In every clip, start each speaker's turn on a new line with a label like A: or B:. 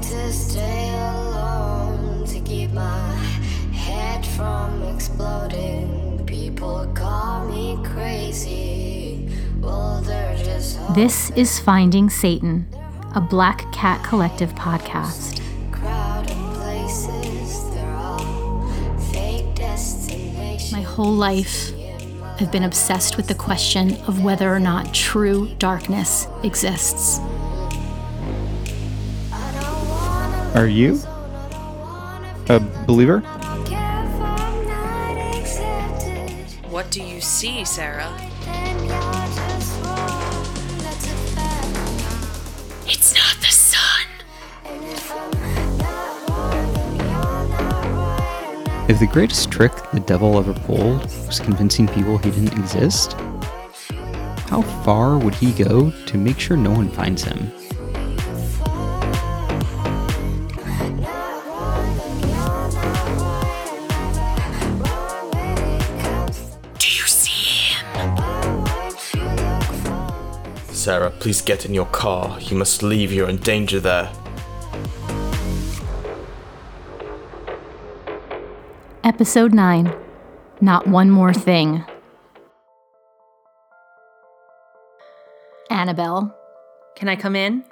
A: to stay alone to keep my head from exploding. People call me crazy. Well, they're just
B: This is Finding Satan, a Black Cat Collective podcast.
A: crowded places. They're all fake destinations.
B: My whole life, I've been obsessed with the question of whether or not true darkness exists.
A: I don't wanna
C: Are you a believer?
A: care if I'm not accepted.
D: What do you see, Sarah?
A: Then you're just wrong. That's a fact.
D: It's not the sun.
A: And if I'm not wrong, then you're not right. And I
C: If the greatest trick the devil ever pulled was convincing people he didn't exist, how far would he go to make sure no one finds him?
D: Do you see him?
E: Sarah, please get in your car. You must leave. You're in danger there.
B: Episode 9 Not One More Thing. Annabelle,
F: Can I come in?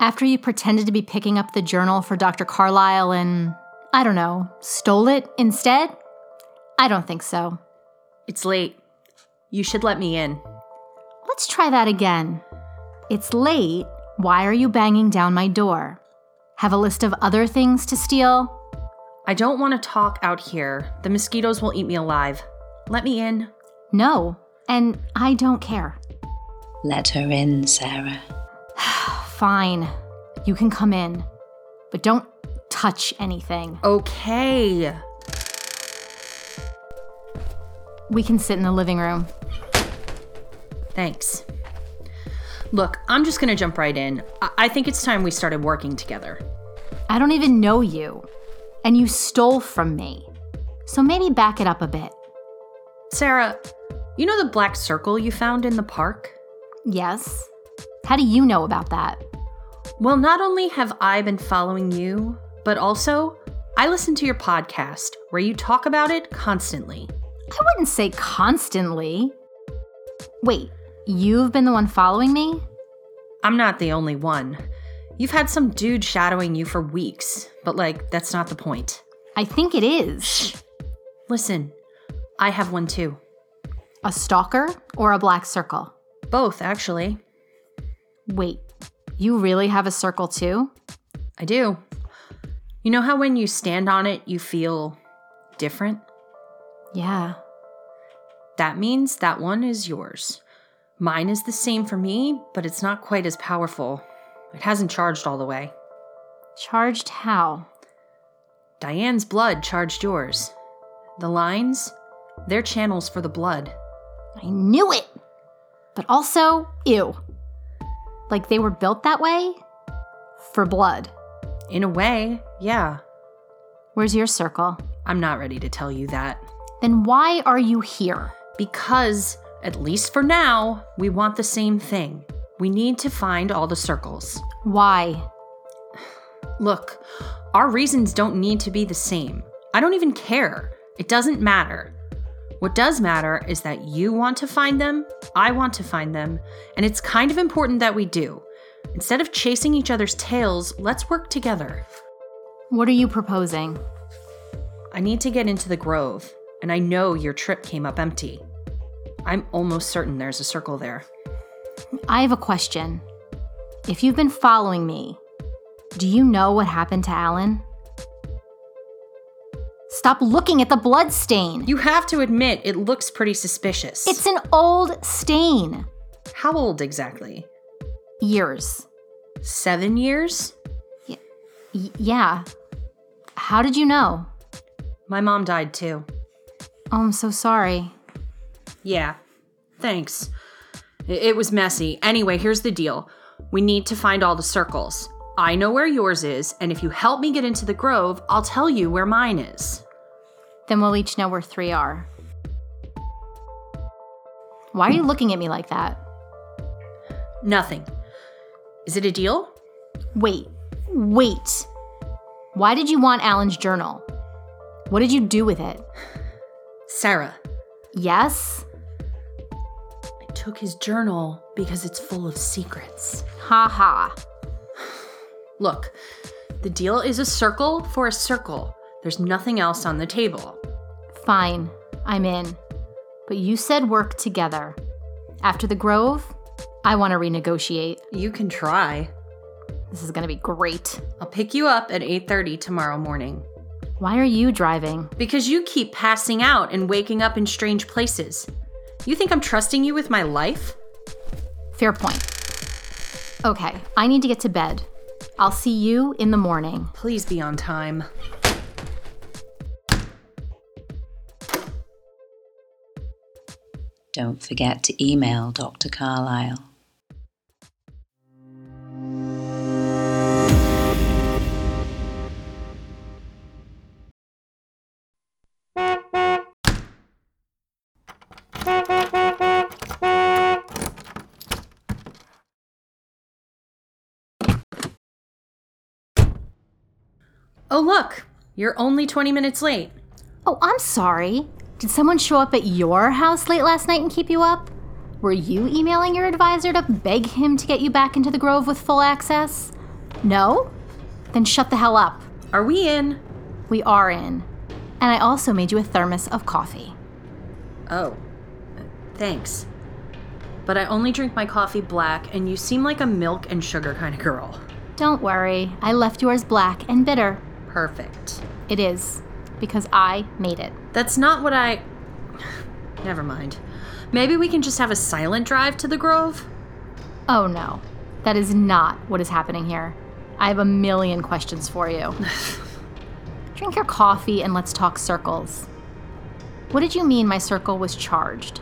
B: after you pretended to be picking up the journal for Dr. Carlyle and, I don't know, stole it instead? I don't think so.
F: It's late. You should let me in.
B: Let's try that again. It's late. Why are you banging down my door? Have a list of other things to steal?
F: I don't want to talk out here. The mosquitoes will eat me alive. Let me in.
B: No. And I don't care.
G: Let her in, Sarah.
B: Fine. You can come in. But don't touch anything.
F: Okay.
B: We can sit in the living room.
F: Thanks. Look, I'm just going to jump right in. I-, I think it's time we started working together.
B: I don't even know you. And you stole from me. So maybe back it up a bit.
F: Sarah, you know the black circle you found in the park?
B: Yes? How do you know about that?
F: Well, not only have I been following you, but also I listen to your podcast where you talk about it constantly.
B: I wouldn't say constantly. Wait, you've been the one following me?
F: I'm not the only one. You've had some dude shadowing you for weeks, but like, that's not the point.
B: I think it is.
F: Listen, I have one too.
B: A stalker or a black circle?
F: Both, actually.
B: Wait, you really have a circle too?
F: I do. You know how when you stand on it, you feel different?
B: Yeah.
F: That means that one is yours. Mine is the same for me, but it's not quite as powerful. It hasn't charged all the way.
B: Charged how?
F: Diane's blood charged yours. The lines, they're channels for the blood.
B: I knew it! But also, ew. Like they were built that way? For blood.
F: In a way, yeah.
B: Where's your circle?
F: I'm not ready to tell you that.
B: Then why are you here?
F: Because, at least for now, we want the same thing. We need to find all the circles.
B: Why?
F: Look, our reasons don't need to be the same. I don't even care. It doesn't matter. What does matter is that you want to find them, I want to find them, and it's kind of important that we do. Instead of chasing each other's tails, let's work together.
B: What are you proposing?
F: I need to get into the grove, and I know your trip came up empty. I'm almost certain there's a circle there.
B: I have a question. If you've been following me, do you know what happened to Alan? Stop looking at the blood stain.
F: You have to admit, it looks pretty suspicious.
B: It's an old stain.
F: how old exactly?
B: Years.
F: Seven years?
B: Y- yeah. How did you know?
F: My mom died too.
B: Oh, I'm so sorry.
F: Yeah. Thanks. I- It was messy. Anyway, here's the deal we need to find all the circles. I know where yours is, and if you help me get into the grove, I'll tell you where mine is.
B: Then we'll each know where three are. Why are you looking at me like that?
F: Nothing. Is it a deal?
B: Wait, Wait. Why did you want Alan's journal? What did you do with it?
F: Sarah,
B: Yes?
F: I took his journal because it's full of secrets.
B: Ha ha.
F: Look, the deal is a circle for a circle. There's nothing else on the table.
B: Fine, I'm in. But you said work together. After the Grove, I want to renegotiate.
F: You can try.
B: This is going to be great.
F: I'll pick you up at 8:30 tomorrow morning
B: Why are you driving?
F: because you keep passing out and waking up in strange places. You think I'm trusting you with my life?
B: Fair point. Okay, I need to get to bed. I'll see you in the morning.
F: Please be on time.
G: Don't forget to email Dr. Carlyle.
F: Oh, look. You're only 20 minutes late.
B: Oh, I'm sorry. Did someone show up at your house late last night and keep you up? Were you emailing your advisor to beg him to get you back into the Grove with full access? No? Then shut the hell up.
F: Are we in?
B: We are in. And I also made you a thermos of coffee.
F: Oh. Thanks. But I only drink my coffee black, and you seem like a milk and sugar kind of girl.
B: Don't worry, I left yours black and bitter.
F: Perfect.
B: It is, because I made it.
F: That's not what I. Never mind. Maybe we can just have a silent drive to the Grove?
B: Oh no, that is not what is happening here. I have a million questions for you. Drink your coffee and let's talk circles. What did you mean my circle was charged?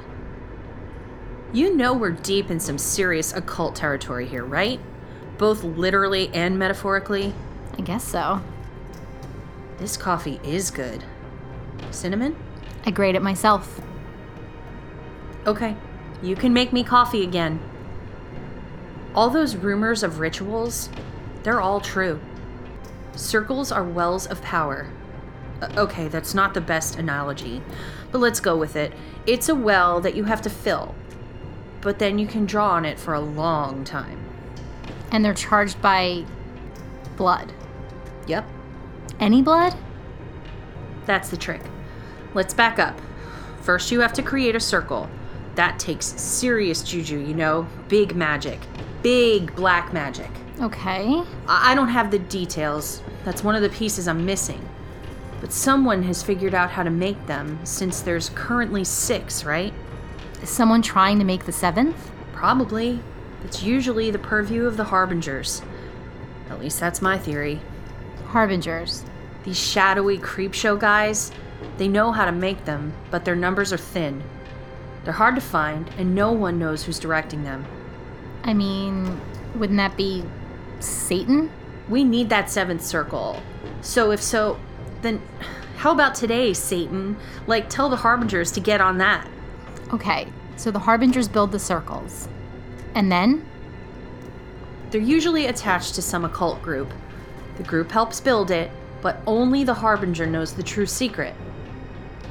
F: You know we're deep in some serious occult territory here, right? Both literally and metaphorically.
B: I guess so.
F: This coffee is good. Cinnamon?
B: I grade it myself.
F: Okay, you can make me coffee again. All those rumors of rituals, they're all true. Circles are wells of power. Uh, Okay, that's not the best analogy, but let's go with it. It's a well that you have to fill, but then you can draw on it for a long time.
B: And they're charged by blood.
F: Yep,
B: Any blood?
F: that's the trick. Let's back up. First, you have to create a circle. That takes serious juju, you know? Big magic. Big black magic.
B: Okay.
F: I I don't have the details. That's one of the pieces I'm missing. But someone has figured out how to make them since there's currently six, right?
B: Is someone trying to make the seventh?
F: Probably. It's usually the purview of the Harbingers. At least that's my theory.
B: Harbingers.
F: These shadowy creepshow guys, they know how to make them, but their numbers are thin. They're hard to find, and no one knows who's directing them.
B: I mean, wouldn't that be Satan?
F: We need that seventh circle. So if so, then how about today, Satan? Like, tell the Harbingers to get on that.
B: Okay, so the Harbingers build the circles. And then?
F: They're usually attached to some occult group. The group helps build it, but only the Harbinger knows the true secret.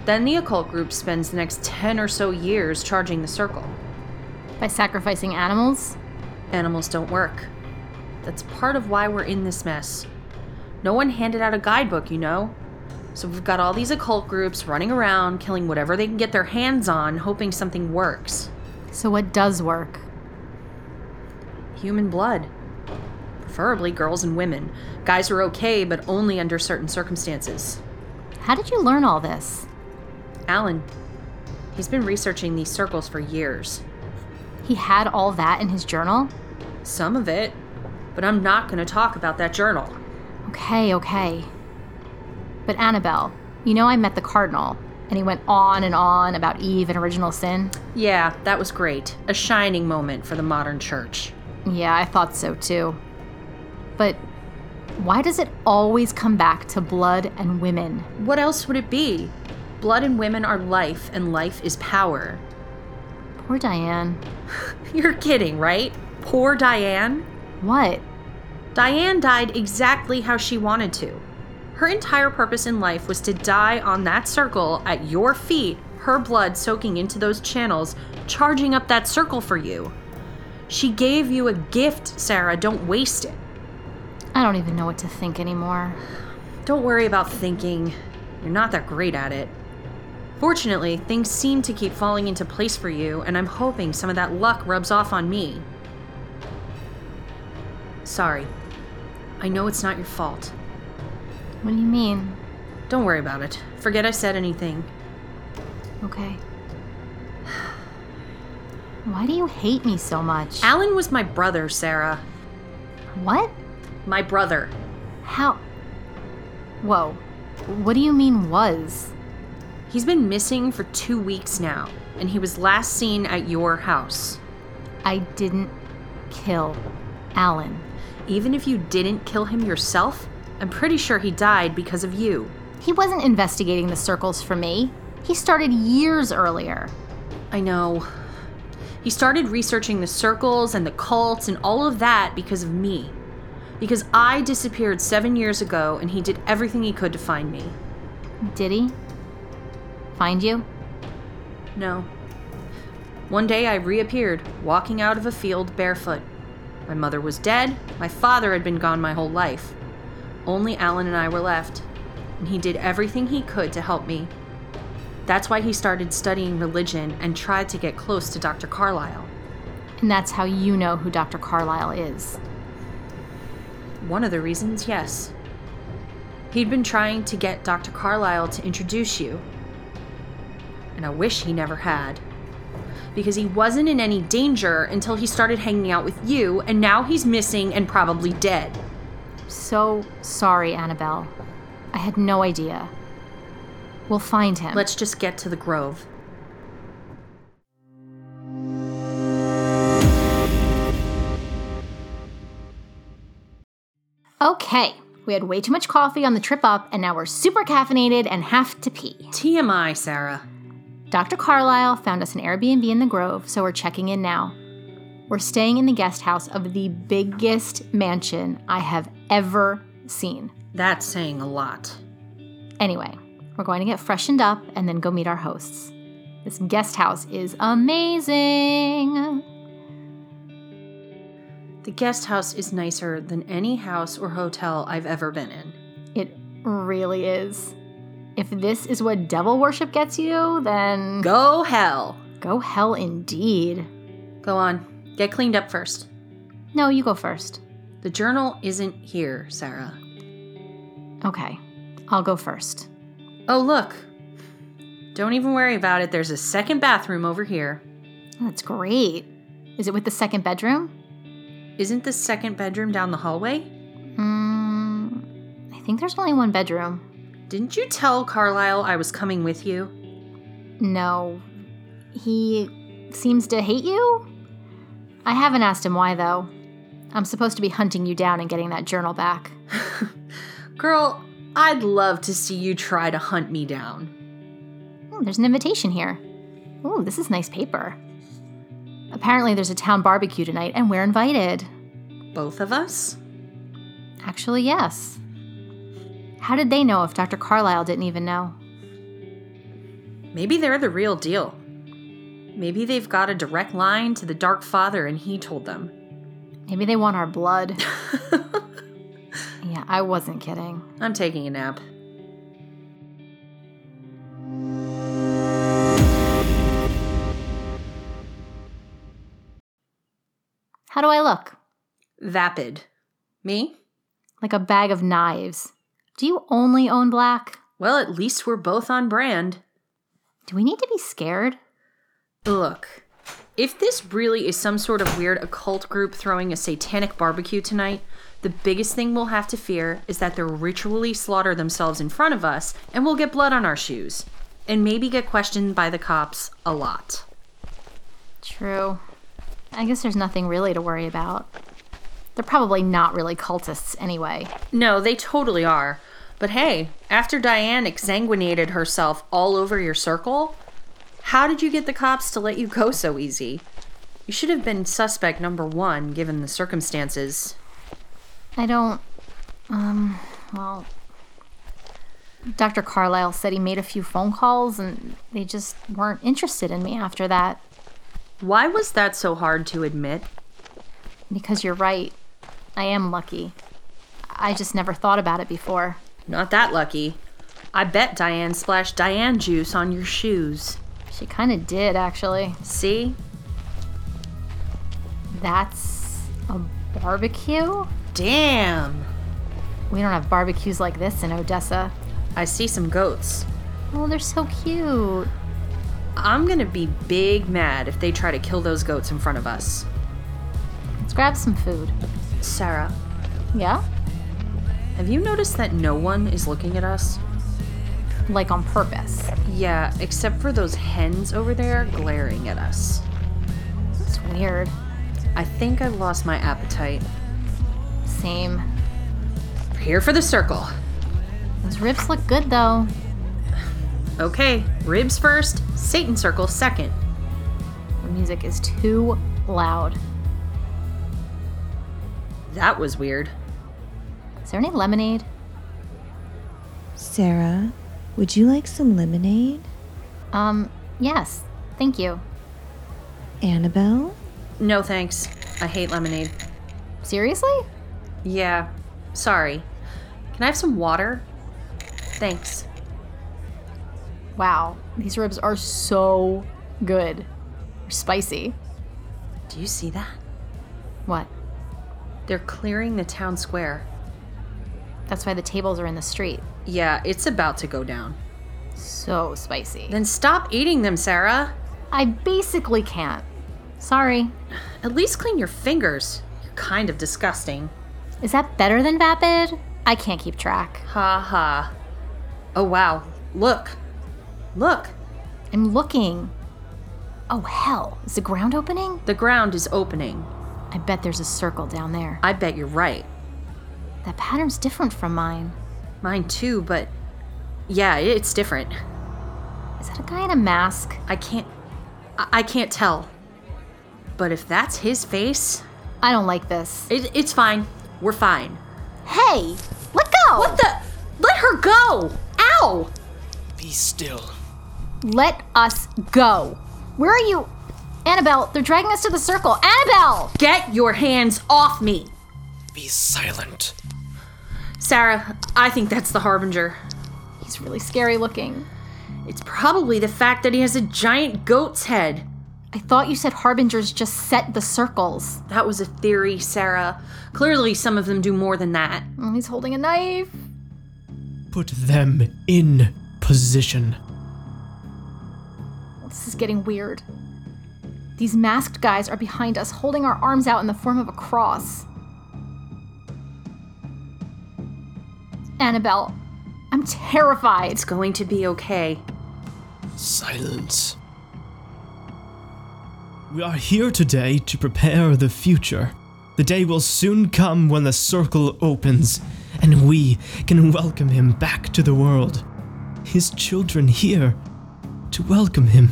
F: Then the occult group spends the next 10 or so years charging the circle.
B: By sacrificing animals?
F: Animals don't work. That's part of why we're in this mess. No one handed out a guidebook, you know? So we've got all these occult groups running around, killing whatever they can get their hands on, hoping something works.
B: So what does work?
F: human blood. Preferably girls and women. Guys are okay, but only under certain circumstances.
B: How did you learn all this?
F: Alan, he's been researching these circles for years.
B: He had all that in his journal?
F: Some of it, but I'm not going to talk about that journal.
B: Okay, okay. But Annabelle, you know I met the Cardinal, and he went on and on about Eve and original sin?
F: Yeah, that was great. A shining moment for the modern church.
B: Yeah, I thought so too. But why does it always come back to blood and women?
F: What else would it be? Blood and women are life, and life is power.
B: Poor Diane.
F: You're kidding, right? Poor Diane?
B: What?
F: Diane died exactly how she wanted to. Her entire purpose in life was to die on that circle at your feet, her blood soaking into those channels, charging up that circle for you. She gave you a gift, Sarah. Don't waste it.
B: I don't even know what to think anymore.
F: Don't worry about thinking. You're not that great at it. Fortunately, things seem to keep falling into place for you, and I'm hoping some of that luck rubs off on me. Sorry. I know it's not your fault.
B: What do you mean?
F: Don't worry about it. Forget I said anything.
B: Okay. Why do you hate me so much?
F: Alan was my brother, Sarah.
B: what?
F: My brother.
B: How? Whoa. What do you mean was?
F: He's been missing for two weeks now, and he was last seen at your house.
B: I didn't kill Alan.
F: Even if you didn't kill him yourself, I'm pretty sure he died because of you.
B: He wasn't investigating the circles for me. He started years earlier.
F: I know. He started researching the circles and the cults and all of that because of me. Because I disappeared seven years ago and he did everything he could to find me.
B: Did he? Find you?
F: No. One day I reappeared, walking out of a field barefoot. My mother was dead, my father had been gone my whole life. Only Alan and I were left, and he did everything he could to help me. That's why he started studying religion and tried to get close to Dr. Carlyle.
B: And that's how you know who Dr. Carlyle is.
F: One of the reasons, yes. He'd been trying to get Dr. Carlyle to introduce you. And I wish he never had. Because he wasn't in any danger until he started hanging out with you, and now he's missing and probably dead.
B: So sorry, Annabelle. I had no idea. We'll find him.
F: Let's just get to the grove.
B: Okay. We had way too much coffee on the trip up, and now we're super caffeinated and have to pee.
F: TMI, Sarah.
B: Dr. Carlisle found us an Airbnb in the Grove, so we're checking in now. We're staying in the guest house of the biggest mansion I have ever seen.
F: That's saying a lot.
B: Anyway, we're going to get freshened up and then go meet our hosts. This guest house is amazing.
F: The guest house is nicer than any house or hotel I've ever been in.
B: It really is. If this is what devil worship gets you, then
F: Go hell!
B: go hell indeed.
F: Go on, get cleaned up first.
B: No, you go first.
F: The journal isn't here, Sarah.
B: Okay, I'll go first.
F: Oh, look. Don't even worry about it. There's a second bathroom over here.
B: That's great. Is it with the second bedroom?
F: Isn't the second bedroom down the hallway?
B: Hmm. I think there's only one bedroom.
F: Didn't you tell Carlisle I was coming with you?
B: No. He seems to hate you? I haven't asked him why, though. I'm supposed to be hunting you down and getting that journal back.
F: Girl, I'd love to see you try to hunt me down.
B: Oh, there's an invitation here. Oh, this is nice paper. Apparently, there's a town barbecue tonight, and we're invited.
F: Both of us?
B: Actually, yes. How did they know if Dr. Carlyle didn't even know?
F: Maybe they're the real deal. Maybe they've got a direct line to the Dark Father and he told them.
B: Maybe they want our blood. yeah, I wasn't kidding.
F: I'm taking a nap.
B: How do I look?
F: Vapid. Me?
B: Like a bag of knives. Do you only own black?
F: Well, at least we're both on brand.
B: Do we need to be scared?
F: Look, if this really is some sort of weird occult group throwing a satanic barbecue tonight, the biggest thing we'll have to fear is that they'll ritually slaughter themselves in front of us and we'll get blood on our shoes. And maybe get questioned by the cops a lot.
B: True. I guess there's nothing really to worry about. They're probably not really cultists anyway.
F: No, they totally are. But hey, after Diane exsanguinated herself all over your circle, how did you get the cops to let you go so easy? You should have been suspect number one given the circumstances.
B: I don't. Um, well. Dr. Carlisle said he made a few phone calls and they just weren't interested in me after that.
F: Why was that so hard to admit?
B: Because you're right. I am lucky. I just never thought about it before.
F: Not that lucky. I bet Diane splashed Diane juice on your shoes.
B: She kind of did, actually.
F: See?
B: That's a barbecue?
F: Damn!
B: We don't have barbecues like this in Odessa.
F: I see some goats.
B: Oh, they're so cute.
F: I'm gonna be big mad if they try to kill those goats in front of us.
B: Let's grab some food.
F: Sarah,
B: Yeah?
F: have you noticed that no one is looking at us?
B: Like on purpose.
F: Yeah, except for those hens over there glaring at us.
B: It's weird.
F: I think I've lost my appetite.
B: Same.
F: We're here for the circle.
B: Those ribs look good though.
F: Okay, ribs first, Satan circle second.
B: The music is too loud.
F: That was weird.
B: Is there any lemonade?
H: Sarah, would you like some lemonade?
B: Um, yes. Thank you.
H: Annabelle?
F: No thanks. I hate lemonade.
B: Seriously?
F: Yeah, sorry. Can I have some water? Thanks.
B: Wow. These ribs are so good. They're spicy.
F: Do you see that?
B: What?
F: They're clearing the town square.
B: That's why the tables are in the street.
F: Yeah, it's about to go down.
B: So spicy.
F: Then stop eating them, Sarah.
B: I basically can't. Sorry.
F: At least clean your fingers. You're kind of disgusting.
B: Is that better than vapid? I can't keep track.
F: Ha ha. Oh wow. Look. Look.
B: I'm looking. Oh, hell. Is the ground opening?
F: The ground is opening.
B: I bet there's a circle down there.
F: I bet you're right.
B: That pattern's different from mine.
F: Mine too, but yeah, it's different.
B: Is that a guy in a mask?
F: I can't I, I can't tell. But if that's his face,
B: I don't like this.
F: it, it's fine. We're fine.
B: Hey! Let go!
F: What the? Let her go! Ow!
D: Be still.
B: Let us go! Where are you? Annabelle, they're dragging us to the circle. Annabelle!
F: Get your hands off me!
D: Be silent.
F: Sarah, I think that's the Harbinger.
B: He's really scary looking.
F: It's probably the fact that he has a giant goat's head.
B: I thought you said harbingers just set the circles.
F: That was a theory, Sarah. Clearly, some of them do more than that.
B: Oh, he's holding a knife.
I: Put them in position.
B: This is getting weird. These masked guys are behind us, holding our arms out in the form of a cross. Annabelle, I'm terrified.
F: It's going to be okay.
I: Silence. We are here today to prepare the future. The day will soon come when the circle opens, and we can welcome him back to the world. His children here to welcome him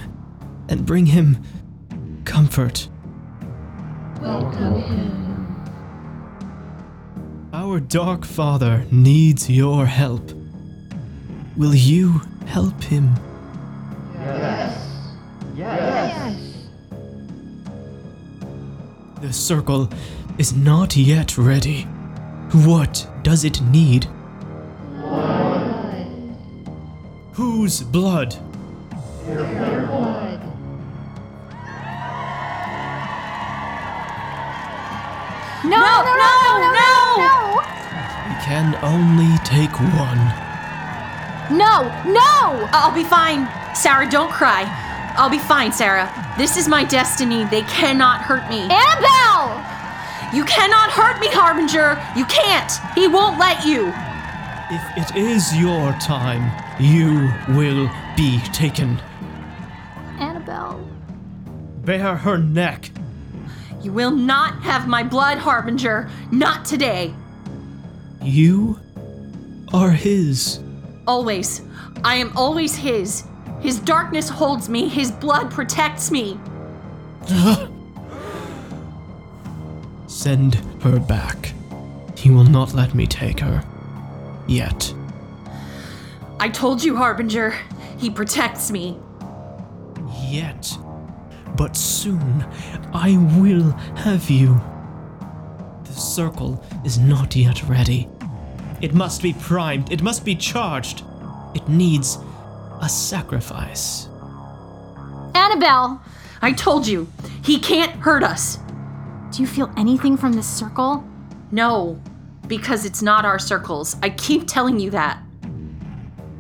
I: and bring him comfort. Our dark father needs your help. Will you help him? The circle is not yet ready. What does it need? Whose blood?
B: No, no, no, no, no, no,
I: We can only take one.
B: no, no, no!
F: Uh, I'll be fine. Sarah, don't cry. I'll be fine, Sarah. This is my destiny. They cannot hurt me.
B: Annabelle!
F: You cannot hurt me, Harbinger. You can't. He won't let you.
I: If it is your time, you will be taken.
B: Annabelle.
I: Bare her neck.
F: You will not have my blood, Harbinger. Not today.
I: You are his.
F: Always. I am always his. His darkness holds me, his blood protects me.
I: Send her back. he will not let me take her. Yet.
F: I told you, Harbinger. He protects me.
I: Yet. But soon, I will have you. The circle is not yet ready. It must be primed, it must be charged. It needs a sacrifice.
B: Annabelle,
F: I told you. He can't hurt us.
B: do you feel anything from this circle?
F: No, because it's not our circles. I keep telling you that.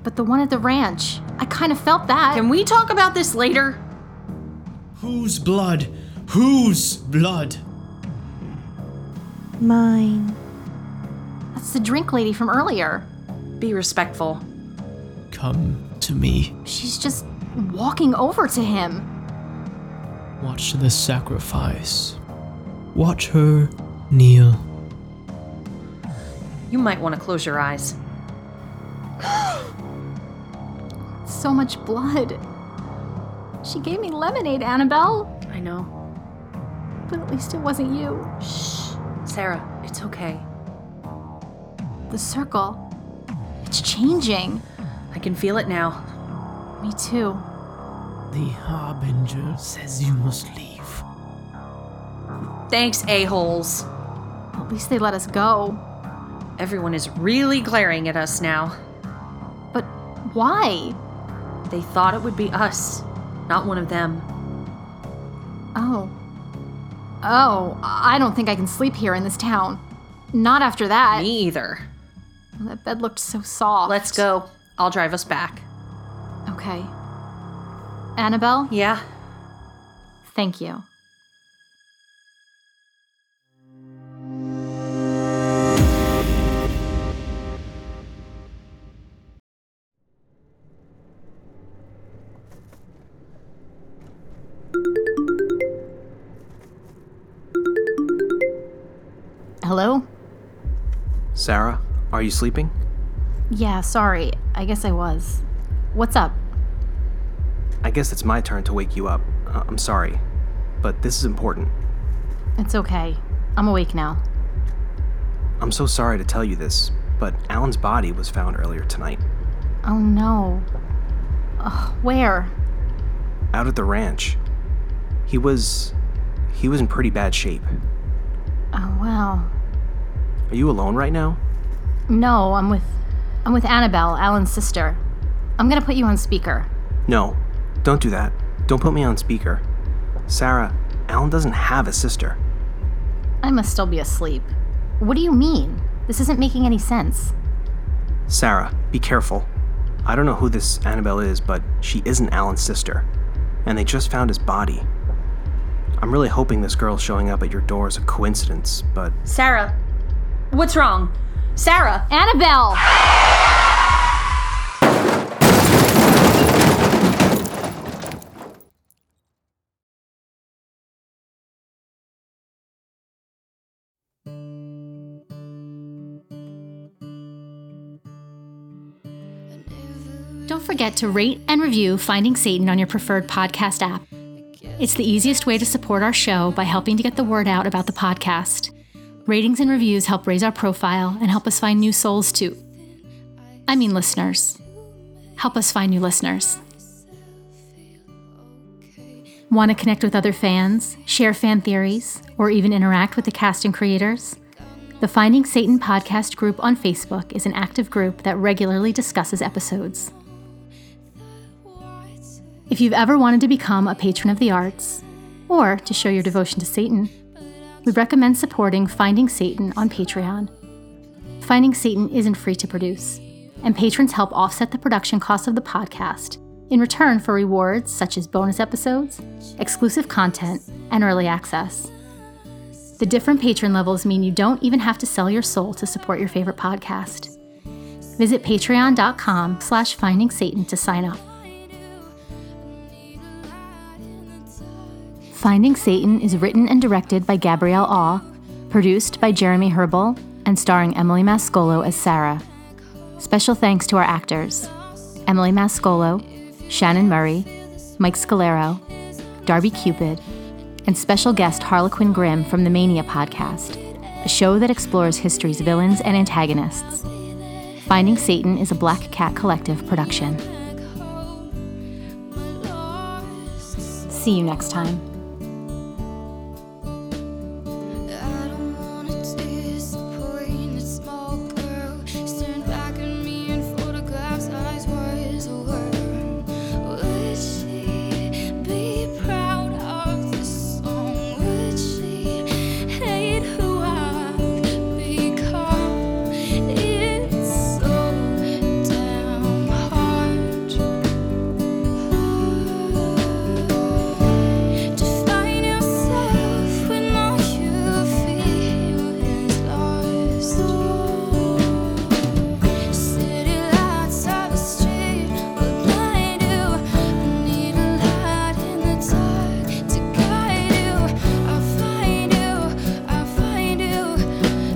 B: But the one at the ranch, I kind of felt that.
F: Can we talk about this later?
I: Whose blood? Whose blood?
H: Mine.
B: That's the drink lady from earlier.
F: Be respectful.
I: Come to me.
B: She's just walking over to him.
I: Watch the sacrifice. Watch her kneel.
F: You might want to close your eyes.
B: So much blood. She gave me lemonade, Annabelle,
F: I know.
B: but at least it wasn't you.
F: Sarah, it's okay.
B: The circle. It's changing.
F: I can feel it now.
B: Me too.
I: The harbinger says you must leave.
F: Thanks, a-holes.
B: At least they let us go.
F: Everyone is really glaring at us now.
B: But why?
F: They thought it would be us, not one of them.
B: Oh. Oh, I don't think I can sleep here in this town. Not after that.
F: Me either.
B: That bed looked so soft.
F: Let's go. I'll drive us back.
B: Okay. Annabelle,
F: Yeah?
B: thank you. Hello?
J: Sarah, are you sleeping?
B: Yeah, sorry. I guess I was. What's up?
J: I guess it's my turn to wake you up. Uh, I'm sorry, but this is important.
B: It's okay. I'm awake now.
J: I'm so sorry to tell you this, but Alan's body was found earlier tonight,
B: Oh no. Ugh, where?
J: out at the ranch. He was. he was in pretty bad shape.
B: Oh wow.
J: Are you alone right now?
B: No, I'm with I'm with Annabelle, Alan's sister. I'm gonna put you on speaker.
J: No, don't do that. Don't put me on speaker. Sarah, Alan doesn't have a sister.
B: I must still be asleep. What do you mean? This isn't making any sense.
J: Sarah, be careful. I don't know who this Annabelle is, but she isn't Alan's sister. And they just found his body. I'm really hoping this girl showing up at your door is a coincidence, but
F: Sarah. What's wrong? Sarah!
B: Annabelle! Don't forget to rate and review Finding Satan on your preferred podcast app. It's the easiest way to support our show by helping to get the word out about the podcast. Ratings and reviews help raise our profile and help us find new souls too. I mean, listeners. Help us find new listeners. Want to connect with other fans, share fan theories, or even interact with the cast and creators? The Finding Satan podcast group on Facebook is an active group that regularly discusses episodes. If you've ever wanted to become a patron of the arts, or to show your devotion to Satan, we recommend supporting Finding Satan on Patreon. Finding Satan isn't free to produce, and patrons help offset the production costs of the podcast in return for rewards such as bonus episodes, exclusive content, and early access. The different patron levels mean you don't even have to sell your soul to support your favorite podcast. Visit patreon.com slash finding Satan to sign up. Finding Satan is written and directed by Gabrielle Awe, produced by Jeremy Herbal, and starring Emily Mascolo as Sarah. Special thanks to our actors Emily Mascolo, Shannon Murray, Mike Scalero, Darby Cupid, and special guest Harlequin Grimm from the Mania podcast, a show that explores history's villains and antagonists. Finding Satan is a Black Cat Collective production. See you next time.
A: I don't wanna disappoint the small girl. Staring back at me in photographs, eyes wide as a worm. Would she be proud of this song? Would she hate who I've become? It's so damn hard to find yourself when all you feel is lost. City lights up the street. What I do? I need a light in the dark to guide you. I'll find you. I'll find you,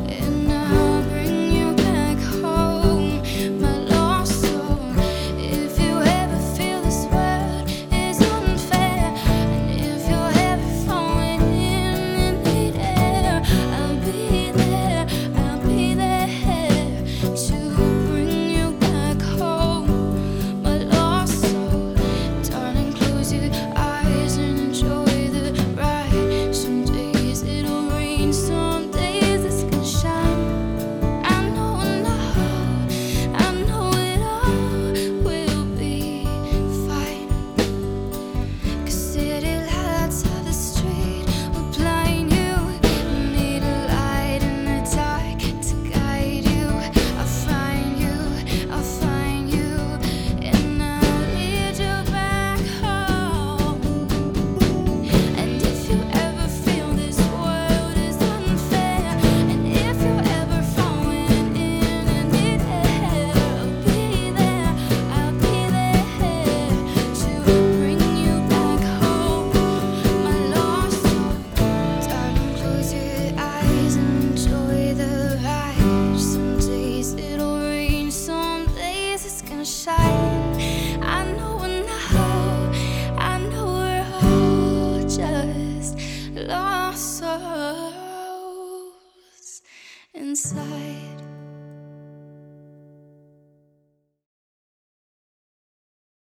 A: and I'll bring you back home, my lost soul. If you ever feel this world is unfair, and if you're ever falling in the air, I'll be there. I'll be there to bring you back home, my lost soul. Darling, close your eyes and enjoy the ride. Some days it'll rain, some days it's gonna shine. I know now, I know it all will be fine. 'Cause city lights of the street will blind you. Need a light in the dark to guide you. I'll find you. I'll find you, and I'll lead you back home. And if you ever feel this world is unfair, and if you ever falling in and need air, I'll be there. I'll be there to bring you back home, my lost soul. Darling, close your eyes and enjoy the ride. Some days it'll rain, some days it's gonna shine. I know now, I know we're all just lost souls inside.